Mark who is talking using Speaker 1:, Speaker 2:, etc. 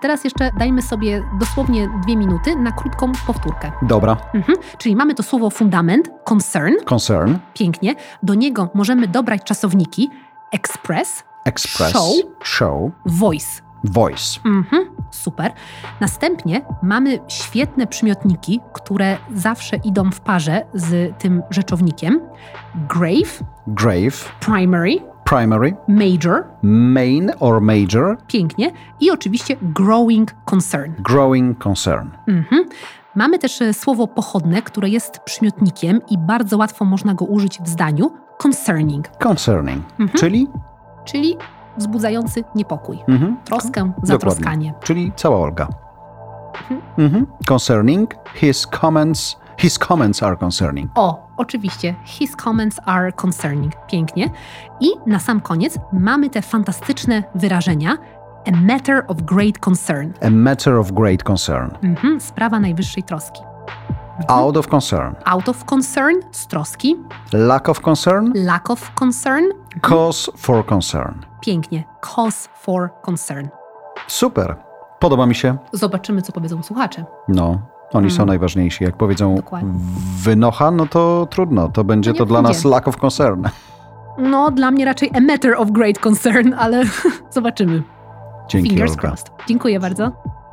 Speaker 1: Teraz jeszcze dajmy sobie dosłownie dwie minuty na krótką powtórkę.
Speaker 2: Dobra.
Speaker 1: Mhm. Czyli mamy to słowo fundament, concern,
Speaker 2: Concern,
Speaker 1: pięknie. Do niego możemy dobrać czasowniki express,
Speaker 2: express,
Speaker 1: Show.
Speaker 2: show,
Speaker 1: voice.
Speaker 2: voice.
Speaker 1: Mhm, super. Następnie mamy świetne przymiotniki, które zawsze idą w parze z tym rzeczownikiem. Grave,
Speaker 2: Grave,
Speaker 1: primary,
Speaker 2: primary,
Speaker 1: major,
Speaker 2: main or major,
Speaker 1: pięknie. I oczywiście growing concern.
Speaker 2: growing concern.
Speaker 1: Mhm. Mamy też e, słowo pochodne, które jest przymiotnikiem i bardzo łatwo można go użyć w zdaniu concerning,
Speaker 2: Concerning,
Speaker 1: Mhm.
Speaker 2: czyli,
Speaker 1: czyli wzbudzający niepokój,
Speaker 2: mhm,
Speaker 1: troskę, zatroskanie.
Speaker 2: czyli cała Olga. Mhm. Concerning, his comments, his comments are concerning.
Speaker 1: O, oczywiście, his comments are concerning. Pięknie. I na sam koniec mamy te fantastyczne wyrażenia a matter of great concern,
Speaker 2: A matter of great concern.
Speaker 1: mhm. sprawa najwyższej troski.
Speaker 2: Out of concern.
Speaker 1: Out of concern, z troski,
Speaker 2: Lack of concern.
Speaker 1: lack of concern,
Speaker 2: Cause for concern.
Speaker 1: pięknie, cause for concern.
Speaker 2: Super. Podoba mi się.
Speaker 1: Zobaczymy, co powiedzą słuchacze.
Speaker 2: No, oni są najważniejsi. Jak powiedzą
Speaker 1: Mhm. Dokładnie. No
Speaker 2: wynocha, no to trudno. To będzie
Speaker 1: nie
Speaker 2: to dla nas
Speaker 1: będzie.
Speaker 2: lack of concern.
Speaker 1: No, dla mnie raczej a matter of great concern, ale zobaczymy.
Speaker 2: Dzięki,
Speaker 1: Fingers
Speaker 2: Olga.
Speaker 1: crossed. Dziękuję bardzo.